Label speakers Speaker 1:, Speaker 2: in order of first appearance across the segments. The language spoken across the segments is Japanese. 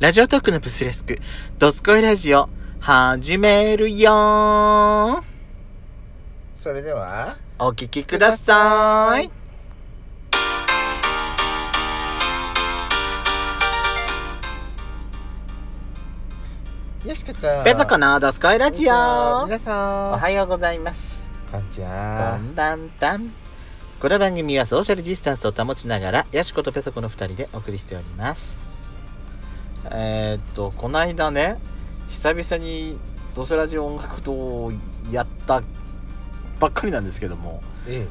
Speaker 1: ラジオトークのブスレスク、ドスコイラジオ、始めるよー
Speaker 2: それでは
Speaker 1: お聞きくださーい。
Speaker 2: よしかった
Speaker 1: ベソコのドスコイラジオ
Speaker 2: 皆さ
Speaker 1: お
Speaker 2: ん
Speaker 1: はようございます。
Speaker 2: こんにち
Speaker 1: こ
Speaker 2: は
Speaker 1: んばんばん。この番組はソーシャルディスタンスを保ちながら、ヤシコとペソコの二人でお送りしております。えー、っと、こないだね、久々にドスラジオ音楽堂をやったばっかりなんですけども、
Speaker 2: え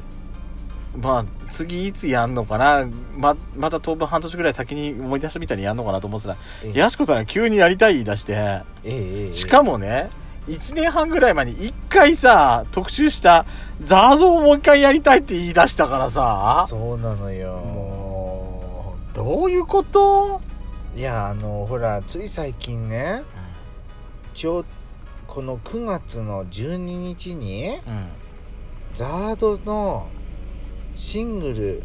Speaker 1: まあ次いつやんのかなままた当分半年ぐらい先に思い出したみたいにやんのかなと思ってたら
Speaker 2: ええ
Speaker 1: やしこさんが急にやりたい言い出して
Speaker 2: えええ
Speaker 1: しかもね1年半ぐらい前に1回さ特集したザードをもう1回やりたいって言い出したからさ
Speaker 2: そうなのよ
Speaker 1: もうどういうこと
Speaker 2: いやあのほらつい最近ねちょうこの9月の12日に
Speaker 1: うんうん
Speaker 2: ザードのシングル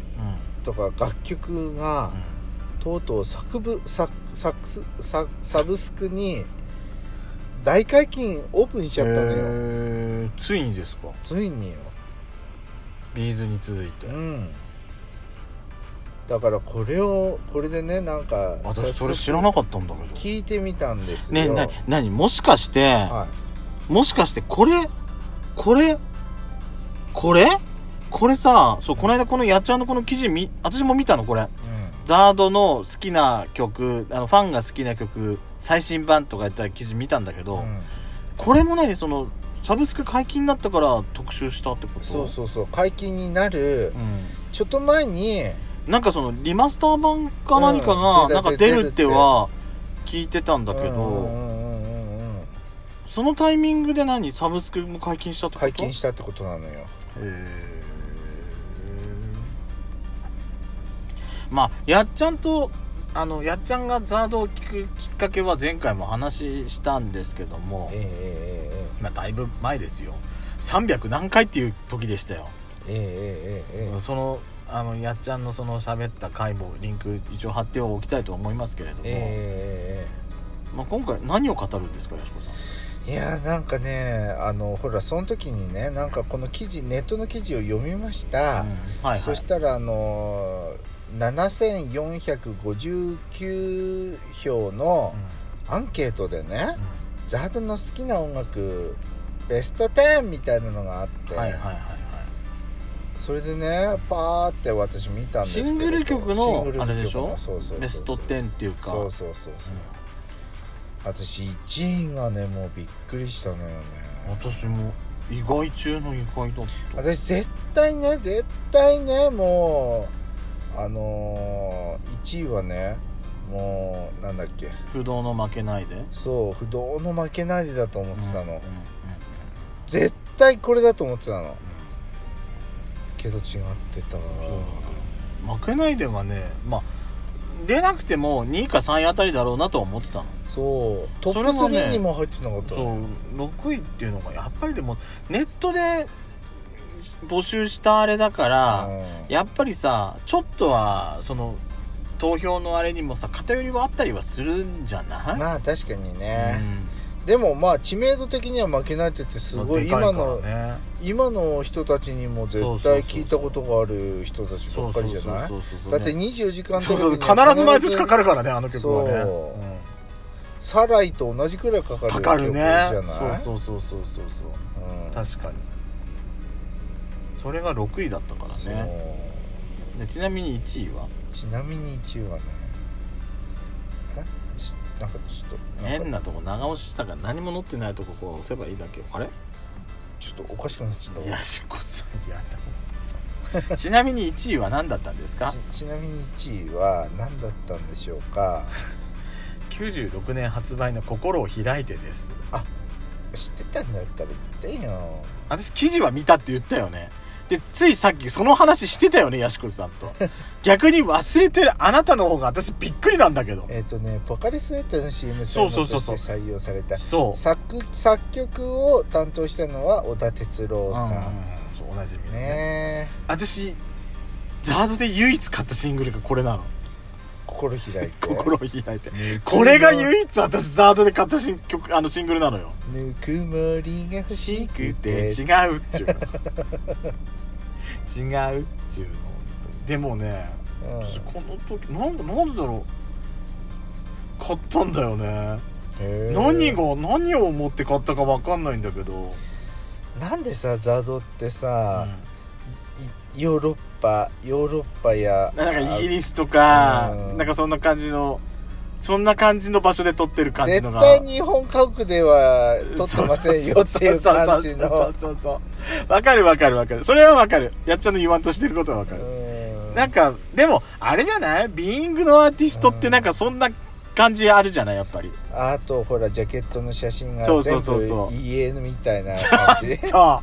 Speaker 2: とか楽曲がとうとうサクブササクスササブスクに大解禁オープンしちゃったのよ、
Speaker 1: えーついにですか
Speaker 2: ついによ
Speaker 1: ビーズに続いて
Speaker 2: うんだからこれをこれでねなんか
Speaker 1: 私それ知らなかったんだけど
Speaker 2: 聞いてみたんですよ
Speaker 1: ねな何もしかして、
Speaker 2: は
Speaker 1: もしかしてこれこれこれこれさそうこの間このやっちゃんのこの記事み私も見たのこれ
Speaker 2: い、う
Speaker 1: ザードの好きな曲あのファンが好きな曲最新版とかやった記事見たんだけど、
Speaker 2: んうん
Speaker 1: これも何そのサブスク解禁になったから特集したってこと
Speaker 2: そうそうそう解禁になる
Speaker 1: う
Speaker 2: ちょっと前に
Speaker 1: ん、なんかそのリマスター版か何かが、
Speaker 2: うん出
Speaker 1: なん
Speaker 2: た
Speaker 1: か出るっては聞いてたんだけど、
Speaker 2: うんうんうんうんうん
Speaker 1: そのタイミングで何サブスクも解禁したってこと
Speaker 2: 解禁したってことなのよ
Speaker 1: まあやっちゃんとあのやっちゃんがザードを聞くきっかけは前回も話したんですけども
Speaker 2: え、え
Speaker 1: まあ、だいぶ前ですよ300何回っていう時でしたよ、
Speaker 2: ええええええええええ
Speaker 1: そのあのやっちゃんのその喋った回もリンク一応貼っておきたいと思いますけれども、
Speaker 2: ええ
Speaker 1: まあ、今回何を語るんですかやしこさん
Speaker 2: いやーなんかねあのほらその時にねなんかこの記事ネットの記事を読みました、
Speaker 1: うんはいはい
Speaker 2: そしたらあのー7459票のアンケートでね、ザードの好きな音楽ベスト10みたいなのがあって、
Speaker 1: うんはいはいはいはい
Speaker 2: それでねパーって私見たんですけど
Speaker 1: シングル曲の
Speaker 2: シングル曲
Speaker 1: あれでしょ
Speaker 2: そうそうそうそう
Speaker 1: ベスト10っていうか
Speaker 2: そうそうそうそう私1位がねもうびっくりしたのよね
Speaker 1: 私も意外中の意外だった
Speaker 2: 私絶対ね絶対ねもうあのー、1位はねもうなんだっけ
Speaker 1: 不動の負けないで
Speaker 2: そう不動の負けないでだと思ってたの、
Speaker 1: うんうんうん
Speaker 2: 絶対これだと思ってたのけど違ってたわ
Speaker 1: うん負けないではねまあ出なくても2位か3位あたりだろうなとは思ってたの
Speaker 2: そうト
Speaker 1: そ
Speaker 2: ッ
Speaker 1: れ
Speaker 2: プ
Speaker 1: もね
Speaker 2: 3にも入ってなかった
Speaker 1: そう
Speaker 2: のよ
Speaker 1: 6位っていうのがやっぱりでもネットで募集したあれだから、
Speaker 2: うん
Speaker 1: やっぱりさちょっとはその投票のあれにもさ偏りはあったりはするんじゃない、
Speaker 2: まあ確かに
Speaker 1: う
Speaker 2: ね、
Speaker 1: ん
Speaker 2: でもまあ知名度的には負けないってってすごい
Speaker 1: でか
Speaker 2: 今
Speaker 1: いから
Speaker 2: の
Speaker 1: ね
Speaker 2: 今の人たちにも絶対聞いたことがある人たちばっかりじゃない
Speaker 1: そうそうそうそう
Speaker 2: だって24時間
Speaker 1: そう
Speaker 2: テ
Speaker 1: そ
Speaker 2: レ
Speaker 1: う
Speaker 2: ビ
Speaker 1: 必
Speaker 2: に
Speaker 1: ず
Speaker 2: は
Speaker 1: 毎年かかるからねあの曲はね
Speaker 2: そう
Speaker 1: うん
Speaker 2: サライと同じくらいかかる
Speaker 1: かかるね
Speaker 2: 曲じゃない
Speaker 1: そうそうそうそうそうそう
Speaker 2: うん
Speaker 1: 確かにそれが6位だったから
Speaker 2: そう
Speaker 1: ねでちなみに1位は
Speaker 2: ちなみに1位はねあれちなんかちょっとなんか
Speaker 1: 変なとこ長押ししたから何も載ってないとここう押せばいいだけよあれ
Speaker 2: ちょっとおかしくなっちゃったわ
Speaker 1: やしこさんやだ ちなみに1位は何だったんですか
Speaker 2: ちちなみに1位は何だったんでしょうか
Speaker 1: 96年発売の「心を開いて」です
Speaker 2: 知ってたんだったら言ってよ
Speaker 1: 私記事は見たって言ったよねでついさっきその話してたよねやしこさん と逆に忘れてるあなたの方が私びっくりなんだけど
Speaker 2: えっ、とねポカリスエットの CM
Speaker 1: そ
Speaker 2: ソ
Speaker 1: う
Speaker 2: ン
Speaker 1: そうそ
Speaker 2: グと
Speaker 1: う
Speaker 2: して
Speaker 1: そう
Speaker 2: 採用された
Speaker 1: そう
Speaker 2: 作作曲を担当したのは小田哲
Speaker 1: う
Speaker 2: 郎
Speaker 1: ん
Speaker 2: さ
Speaker 1: うんうん
Speaker 2: ん、
Speaker 1: そうおなじみのね
Speaker 2: ねえ
Speaker 1: 私ザードで唯一買ったシングルがこれなの
Speaker 2: こ心開いて
Speaker 1: 心を開いて
Speaker 2: ぬくも
Speaker 1: これが唯一私ザードで買った新曲あのシングルなのよ
Speaker 2: ぬくもりが欲
Speaker 1: 欲
Speaker 2: し
Speaker 1: し
Speaker 2: く
Speaker 1: く
Speaker 2: て
Speaker 1: て違うっ ちゅうの違うっちゅうのでもね、
Speaker 2: うん
Speaker 1: 私この時なんかなんでだろう買ったんだよね、
Speaker 2: へー
Speaker 1: 何が何を持って買ったか分かんないんだけど、
Speaker 2: なんでさザドってさ、
Speaker 1: う
Speaker 2: いヨーロッパヨーロッパや
Speaker 1: んなんかイギリスとか
Speaker 2: うん
Speaker 1: なんかそんな感じのそんな感じの場所で撮ってる
Speaker 2: あ
Speaker 1: 感じの
Speaker 2: 絶
Speaker 1: が
Speaker 2: 対日本家屋では撮ってませんよっていう感じ
Speaker 1: そうそうそうそ
Speaker 2: の
Speaker 1: うそうそうわかるわかるわかるそれはわかるやっちゃんの言わんとしてることはわかる、
Speaker 2: うん
Speaker 1: なんかでもあれじゃないビーイングのアーティストってなんかそんな感じあるじゃないやっぱり
Speaker 2: あとほらジャケットの写真が
Speaker 1: そうそ
Speaker 2: 全
Speaker 1: うそうそう
Speaker 2: 部家みたいな感じ
Speaker 1: そう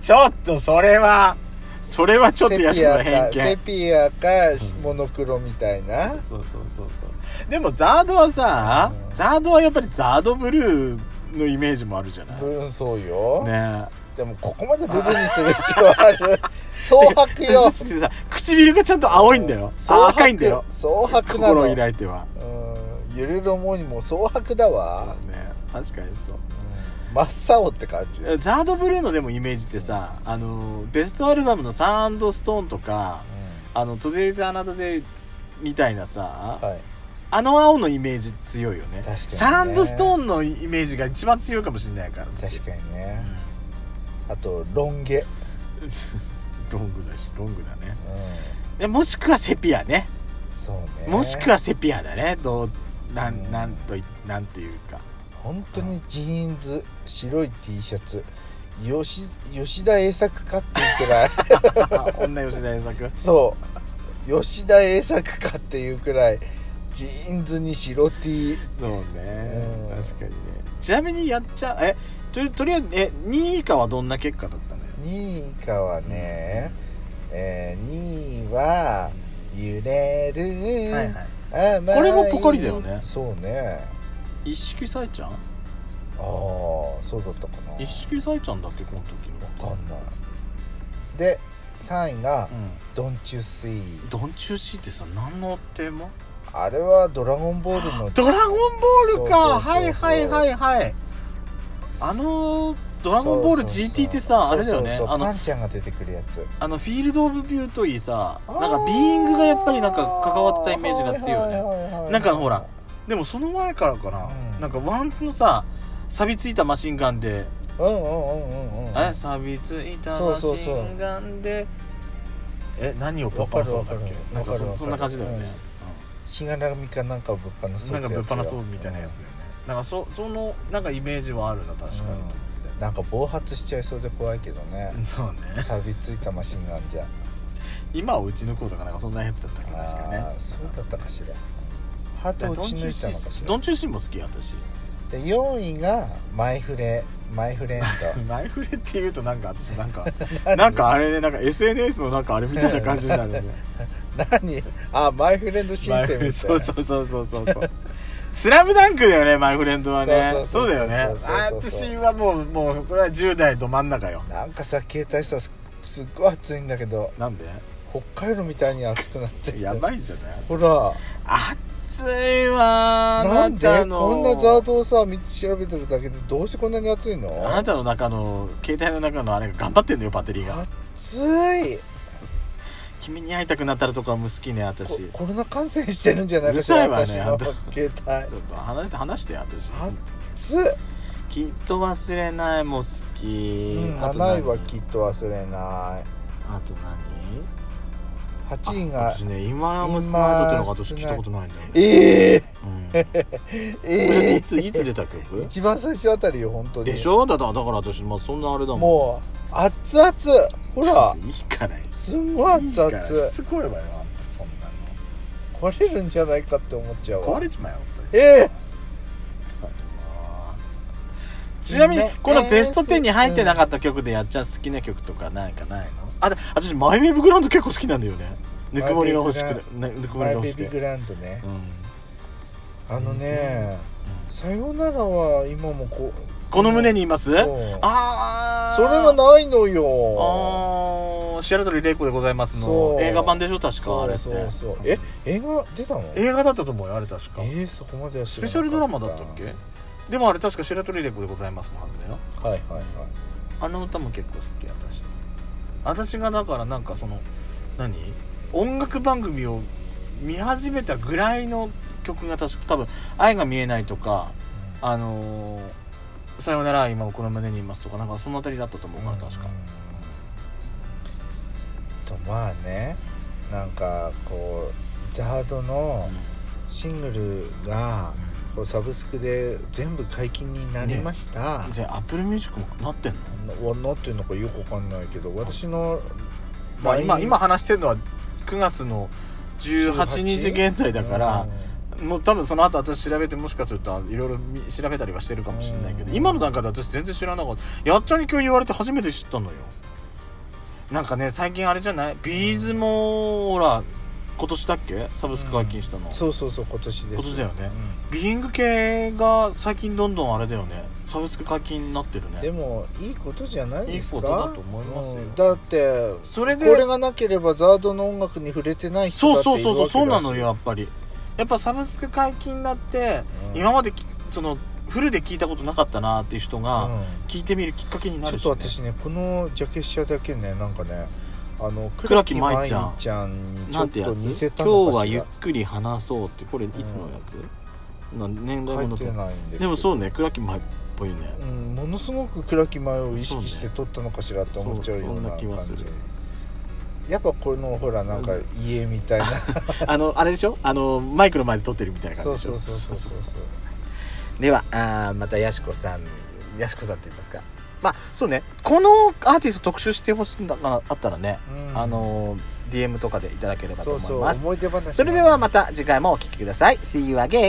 Speaker 1: ちょっとそれはそれはちょっとヤシの偏
Speaker 2: セ
Speaker 1: 見
Speaker 2: ピアかセピ
Speaker 1: う
Speaker 2: アか
Speaker 1: ん
Speaker 2: モノクロみたい
Speaker 1: そ
Speaker 2: な、
Speaker 1: うそうそうそうでもザードはさ、
Speaker 2: うん
Speaker 1: ザードはやっぱりザードブルーのイメージもあるじゃない
Speaker 2: ブ
Speaker 1: ね
Speaker 2: ルーンそうよ、
Speaker 1: え
Speaker 2: でもここまでブルーンにする必要ある 蒼白よ
Speaker 1: 私さ唇がちゃんと青いんだよ赤いんだよ
Speaker 2: 蒼白なの
Speaker 1: 心を開いては
Speaker 2: うんゆるろもにも蒼白だわ、
Speaker 1: ね確かにそう
Speaker 2: 真っ青って感じ、うん、
Speaker 1: ザードブルーのでもイメージってさあのベストアルバムの「サンドストーン」とか「あのトゥデイズ・アナダでみたいなさ、
Speaker 2: はい
Speaker 1: あの青のイメージ強いよね
Speaker 2: 確かにね
Speaker 1: サンドストーンのイメージが一番強いかもしれないから
Speaker 2: 確かにねあとロン毛、
Speaker 1: うん ロングだしロングだね
Speaker 2: う
Speaker 1: でもしくはセピアね、
Speaker 2: ん、そうね
Speaker 1: もしくはセピアだねどうな
Speaker 2: うんん
Speaker 1: なんといなんていうか
Speaker 2: 本当にジーンズ白い T シャツ吉吉田栄作かっていうくらい
Speaker 1: 女吉田栄作
Speaker 2: そう吉田栄作かっていうくらいジーンズに白 T
Speaker 1: そうね
Speaker 2: うん
Speaker 1: 確かにねちなみにやっちゃえととりあえずえ2位以下はどんな結果だったのよ
Speaker 2: 2位以下はね、え2位は「揺れる、
Speaker 1: はいはい
Speaker 2: 甘い
Speaker 1: これもポカリだよね
Speaker 2: そうね
Speaker 1: 一色さえちゃん
Speaker 2: ああそうだったかな
Speaker 1: 一色さえちゃんだっけこの時の
Speaker 2: わかんないで3位が
Speaker 1: う
Speaker 2: 「ドンチュスイ
Speaker 1: んドンチューシーってさ何のテーマ
Speaker 2: あれは「ドラゴンボール」の
Speaker 1: ドラゴンボールか
Speaker 2: そうそうそう
Speaker 1: はいはいはいはいあのドラゴンボール
Speaker 2: そうそうそう
Speaker 1: GT ってさあれだよね
Speaker 2: そうそうそう
Speaker 1: あ
Speaker 2: パ
Speaker 1: の
Speaker 2: ンちゃんが出てくるやつ
Speaker 1: あのフィールド・オブ・ビューといいさ
Speaker 2: あ
Speaker 1: なん
Speaker 2: ー
Speaker 1: かビーイングがやっぱりなんか関わってたイメージが強いよね
Speaker 2: ね
Speaker 1: なんかほらでもその前からかな、
Speaker 2: うん
Speaker 1: なんかワンツのさ錆びついたマシンガンで、
Speaker 2: うんうんうんうんうん
Speaker 1: あれ錆びついたマシンガンでえ何をぶっ放そうだっけな
Speaker 2: わ
Speaker 1: ん
Speaker 2: かるわかる
Speaker 1: かそ
Speaker 2: わかる
Speaker 1: そんな感じだよね、
Speaker 2: しがらみかなんかをぶっ放そうって
Speaker 1: なん
Speaker 2: やつ
Speaker 1: かぶっ放そうみたいなやつだよね、なんかそそのなんかイメージはあるな確かに、
Speaker 2: うんなんか暴発しちゃいそうで怖いけど ね
Speaker 1: そうね
Speaker 2: 錆びついたマシンガンじゃ
Speaker 1: 今はうちの子とかなんかそんなやつだったっけど確か
Speaker 2: あ
Speaker 1: ね
Speaker 2: ーそうだったかしらハートを打
Speaker 1: ドン
Speaker 2: ち
Speaker 1: チュ
Speaker 2: 抜
Speaker 1: ー
Speaker 2: い
Speaker 1: シ
Speaker 2: たのかし
Speaker 1: ー
Speaker 2: ら
Speaker 1: ドンチューシーも好き私
Speaker 2: で4位がマイフレマイフレンド
Speaker 1: ナイフレっていうとなんか私なん か なんかあれねなんか SNS のなんかあれみたいな感じになるね
Speaker 2: 何あマイフレンド申
Speaker 1: マイ
Speaker 2: 請みたい
Speaker 1: フレ
Speaker 2: な
Speaker 1: そうそうそうそうそうそうスラムダンクだよねマイフレンドはね
Speaker 2: そ
Speaker 1: そう
Speaker 2: そうそうそう
Speaker 1: うだよ
Speaker 2: そう
Speaker 1: ね
Speaker 2: そう
Speaker 1: あ
Speaker 2: そうそう
Speaker 1: 私はもうもうそれは10代ど真ん中よ
Speaker 2: なんかさ携帯さすすっごい暑いんだけど
Speaker 1: なん で
Speaker 2: 北海道みたいに暑くなってる
Speaker 1: やばいじゃない
Speaker 2: ほら
Speaker 1: 暑いわーあ
Speaker 2: なん
Speaker 1: な
Speaker 2: で
Speaker 1: たの
Speaker 2: こんなザードをさ見て調べてるだけでどうしてこんなに暑いの
Speaker 1: あなたの中の携帯の中のあれが頑張ってんのよバッテリーが
Speaker 2: 暑い
Speaker 1: 君に会いたくなったらとかも好きね
Speaker 2: こ
Speaker 1: 私
Speaker 2: コロナ感染してるんじゃないかし
Speaker 1: う
Speaker 2: ら、
Speaker 1: る
Speaker 2: 私
Speaker 1: さいわね
Speaker 2: の
Speaker 1: ち
Speaker 2: 携
Speaker 1: ょっと離れて話してよ私
Speaker 2: 帯暑っ
Speaker 1: きっと忘れないも好き、
Speaker 2: うん
Speaker 1: あと
Speaker 2: 7
Speaker 1: 何
Speaker 2: 位はきっと忘れない
Speaker 1: あと何
Speaker 2: 8
Speaker 1: あ
Speaker 2: 位が
Speaker 1: 私ね今もスマートっていうのが私聞いたことないんだよね
Speaker 2: ええ
Speaker 1: うん、こ
Speaker 2: え
Speaker 1: れ
Speaker 2: え
Speaker 1: いついつ出た曲
Speaker 2: 一番最初あたりよ本当に
Speaker 1: でしょだだだから私、まあ、そんなあれだもん
Speaker 2: もう熱々ほら
Speaker 1: いいからいい
Speaker 2: すんごい熱
Speaker 1: からし
Speaker 2: 々
Speaker 1: つこいわよあんたそんな
Speaker 2: 壊れるんじゃないかって思っちゃう
Speaker 1: の壊
Speaker 2: わ
Speaker 1: れちまえよ本当に
Speaker 2: ええ
Speaker 1: ちなみにこのベスト10に入ってなかった曲でやっちゃん好きな曲とかないかないのあで私マイウェーブグラウンド結構好きなんだよねぬくもりが欲しくて、ね、ぬくも
Speaker 2: マ
Speaker 1: りが
Speaker 2: イ
Speaker 1: 欲
Speaker 2: ベ
Speaker 1: しく
Speaker 2: ビ
Speaker 1: て
Speaker 2: ーグランドね
Speaker 1: うん
Speaker 2: あのねさよならは今もこ
Speaker 1: この胸にいます
Speaker 2: そう
Speaker 1: ああ
Speaker 2: それはないのよ
Speaker 1: あの白鳥玲子でございます
Speaker 2: そ
Speaker 1: の
Speaker 2: う
Speaker 1: 映画版でしょ確か
Speaker 2: そ
Speaker 1: あれ
Speaker 2: う
Speaker 1: って
Speaker 2: そうそうえ映画出たのえ
Speaker 1: 映画だったと思うよあれ確か
Speaker 2: ー、そこまでは
Speaker 1: ス
Speaker 2: 知ら
Speaker 1: ペ
Speaker 2: な
Speaker 1: シ
Speaker 2: か
Speaker 1: ャルドラマだったっけでもあれ確か白鳥玲子でございますのはずだよ
Speaker 2: はいはいはい
Speaker 1: あの歌も結構好き私私がだからなんかその何音楽番組を見始めたぐらいの曲が確か多分「愛が見えない」とか「あのーさよなら今この胸にいます」とかなんかそのあたりだったと思うから確か、
Speaker 2: とまあねなんかこうザードのシングルがこうサブスクで全部解禁になりました、
Speaker 1: じゃあアップルミュージックもなってんの
Speaker 2: わなっていうのかよくわかんないけど私の
Speaker 1: まあ、今
Speaker 2: LINE
Speaker 1: 今話してるのは9月の18日現在だから、もう多分その後私調べてもしかするといろいろ見調べたりはしてるかもしれないけど、
Speaker 2: うん
Speaker 1: 今の段階で私全然知らなかったやっちゃんに今日言われて初めて知ったのよなんかね最近あれじゃないビーズもほら今年だっけサブスク解禁したの、
Speaker 2: うんそうそうそう今年です
Speaker 1: 今年だよねビーイング系が最近どんどんあれだよねサブスク解禁になってる
Speaker 2: うん
Speaker 1: ね
Speaker 2: でもいいことじゃないですか
Speaker 1: いいことだと思いますよ
Speaker 2: うんだって
Speaker 1: それ
Speaker 2: こ
Speaker 1: で
Speaker 2: れがなければザードの音楽に触れてない人だ
Speaker 1: そ
Speaker 2: っ
Speaker 1: う
Speaker 2: ている
Speaker 1: そう
Speaker 2: わけだし
Speaker 1: そうそうそうなのよやっぱりやっぱサブスク解禁になって、
Speaker 2: うん
Speaker 1: 今まできそのフルで聞いたことなかったなっていう人が、
Speaker 2: うん
Speaker 1: 聞いてみるきっかけにな
Speaker 2: ちょ
Speaker 1: る
Speaker 2: っ
Speaker 1: し、
Speaker 2: と
Speaker 1: ね、
Speaker 2: 私ねこのジャケ写だけねなんかねあの
Speaker 1: 倉木舞ちゃん
Speaker 2: 倉木舞ちゃんにちょ
Speaker 1: な
Speaker 2: っ
Speaker 1: んてや
Speaker 2: と
Speaker 1: つ
Speaker 2: 似せた
Speaker 1: 今
Speaker 2: の
Speaker 1: 日は
Speaker 2: かし
Speaker 1: ゆっ
Speaker 2: ら
Speaker 1: くり話そうってこれいつのやつ、な年代
Speaker 2: 書
Speaker 1: 物
Speaker 2: い
Speaker 1: と
Speaker 2: てないんですけど
Speaker 1: でもそうね倉木舞っぽい ね、
Speaker 2: うん、ものすごく暗き前を意識して撮ったのかしらって思っちゃうような
Speaker 1: そうね
Speaker 2: 感
Speaker 1: そう
Speaker 2: じ
Speaker 1: そんな気はする
Speaker 2: やっぱこのほらなんか家み たいな
Speaker 1: あのあれでしょあのマイクの前で撮ってるみたいな
Speaker 2: そ
Speaker 1: 感
Speaker 2: う
Speaker 1: じでし
Speaker 2: そ
Speaker 1: ょ
Speaker 2: うそうそうそう
Speaker 1: ではあーまたやしこさんやしこさんって言いますかまあそうねこのアーティスト特集してほしいんだがあったらね、
Speaker 2: う ん
Speaker 1: あの DM とかでいただければと
Speaker 2: そう
Speaker 1: 思い
Speaker 2: そう
Speaker 1: ますそ
Speaker 2: 思い出話
Speaker 1: れではま
Speaker 2: た
Speaker 1: た次回もお聴きください See you again!